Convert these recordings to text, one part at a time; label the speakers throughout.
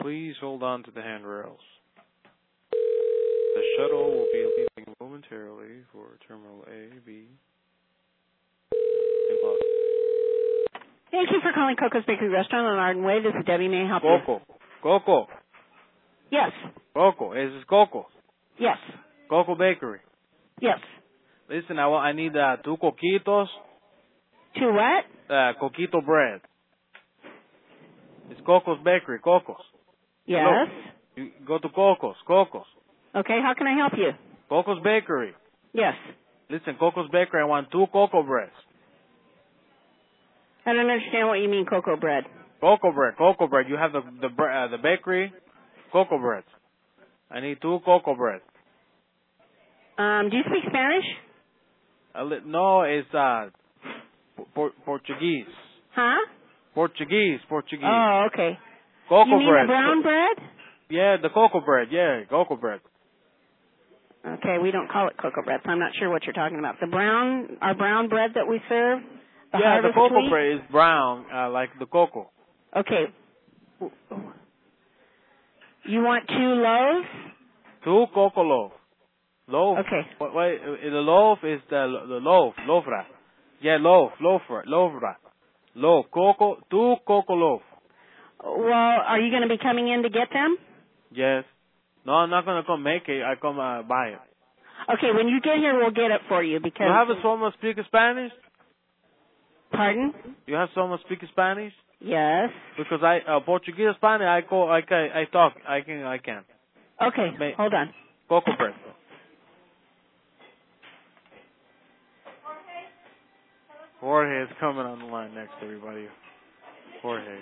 Speaker 1: please hold on to the handrails. The shuttle will be leaving momentarily for Terminal A, B. and Los
Speaker 2: Thank you for calling Coco's Bakery Restaurant on Arden Way. This is Debbie. May I help you?
Speaker 1: Ah, Coco. Coco.
Speaker 2: Yes.
Speaker 1: Coco. This is Coco.
Speaker 2: Yes.
Speaker 1: Coco Bakery.
Speaker 2: Yes.
Speaker 1: Listen, I, want, I need uh, two coquitos,
Speaker 2: To what?
Speaker 1: uh, coquito bread. It's Coco's Bakery, Coco's.
Speaker 2: Yes.
Speaker 1: You go to Coco's, Coco's.
Speaker 2: Okay. How can I help you?
Speaker 1: Coco's Bakery.
Speaker 2: Yes.
Speaker 1: Listen, Coco's Bakery, I want two cocoa breads.
Speaker 2: I don't understand what you mean cocoa bread.
Speaker 1: Cocoa bread, cocoa bread. You have the the bre- uh, the bakery, cocoa breads. I need two cocoa breads.
Speaker 2: Um, do you speak Spanish?
Speaker 1: A li- no, it's uh, por- Portuguese,
Speaker 2: Huh?
Speaker 1: Portuguese, Portuguese.
Speaker 2: Oh, okay.
Speaker 1: cocoa
Speaker 2: you mean
Speaker 1: bread.
Speaker 2: the brown bread?
Speaker 1: Yeah, the cocoa bread. Yeah, cocoa bread.
Speaker 2: Okay, we don't call it cocoa bread, so I'm not sure what you're talking about. The brown, our brown bread that we serve, the
Speaker 1: yeah, the
Speaker 2: harvest
Speaker 1: cocoa
Speaker 2: wheat?
Speaker 1: bread is brown, uh, like the cocoa.
Speaker 2: Okay. You want two loaves?
Speaker 1: Two cocoa loaf. Loaf.
Speaker 2: Okay.
Speaker 1: Wait, wait, uh, the loaf is the the loaf, loafra. Yeah, loaf, loafra, loafra, loaf. Cocoa, two cocoa loaf.
Speaker 2: Well, are you going to be coming in to get them?
Speaker 1: Yes. No, I'm not gonna come make it. I come uh, buy it.
Speaker 2: Okay, when you get here, we'll get it for you because.
Speaker 1: You have a someone speak Spanish?
Speaker 2: Pardon?
Speaker 1: You have someone speak Spanish?
Speaker 2: Yes.
Speaker 1: Because I uh, Portuguese Spanish, I call, I can, I talk, I can, I can.
Speaker 2: Okay,
Speaker 1: May-
Speaker 2: hold on.
Speaker 1: Coco bread. Jorge is coming on the line next, everybody. Jorge.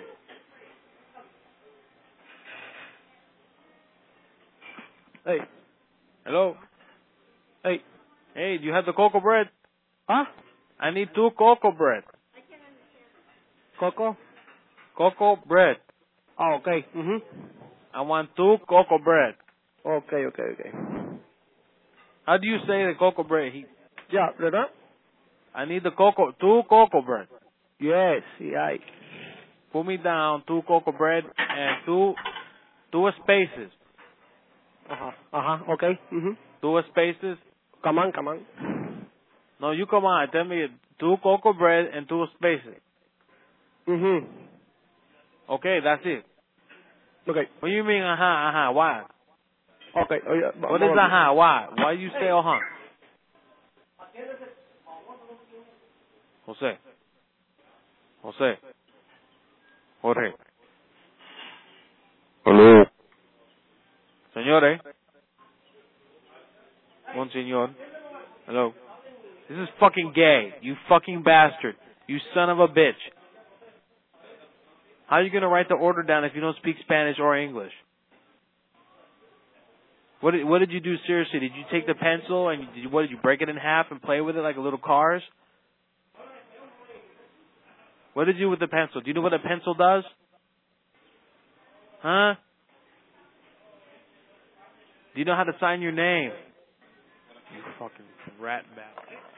Speaker 1: Hey. Hello. Hey. Hey, do you have the cocoa bread?
Speaker 2: Huh?
Speaker 1: I need two cocoa bread.
Speaker 2: Coco?
Speaker 1: Cocoa bread.
Speaker 3: À,
Speaker 2: Oh, okay.
Speaker 3: Ừ
Speaker 2: Mm-hmm.
Speaker 1: I want two cocoa bread.
Speaker 3: Okay, okay, okay.
Speaker 1: How do you say the cocoa bread? He,
Speaker 3: Yeah, ¿verdad?
Speaker 1: I need the cocoa, two cocoa bread.
Speaker 3: Yes, yeah.
Speaker 1: Put me down, two cocoa bread and two, two spaces,
Speaker 3: Ajá, ajá, okay. Mhm.
Speaker 1: two spaces.
Speaker 3: Come on, come on.
Speaker 1: No, you come on. Tell me two cocoa bread and two spaces.
Speaker 3: Mhm.
Speaker 1: Okay, that's it.
Speaker 3: Okay,
Speaker 1: What do you mean? Uh huh. Uh huh. Why?
Speaker 3: okay. Oye, va-
Speaker 1: What is
Speaker 3: vamos
Speaker 1: uh
Speaker 3: a-
Speaker 1: huh? Why? Why you say uh huh? Jose. Jose. Jorge.
Speaker 4: Aló,
Speaker 1: Señores. One señor. Hello. This is fucking gay. You fucking bastard. You son of a bitch. How are you going to write the order down if you don't speak Spanish or English? What did, what did you do seriously? Did you take the pencil and did you, what did you break it in half and play with it like a little cars? What did you do with the pencil? Do you know what a pencil does? Huh? Do you know how to sign your name? You fucking rat bastard.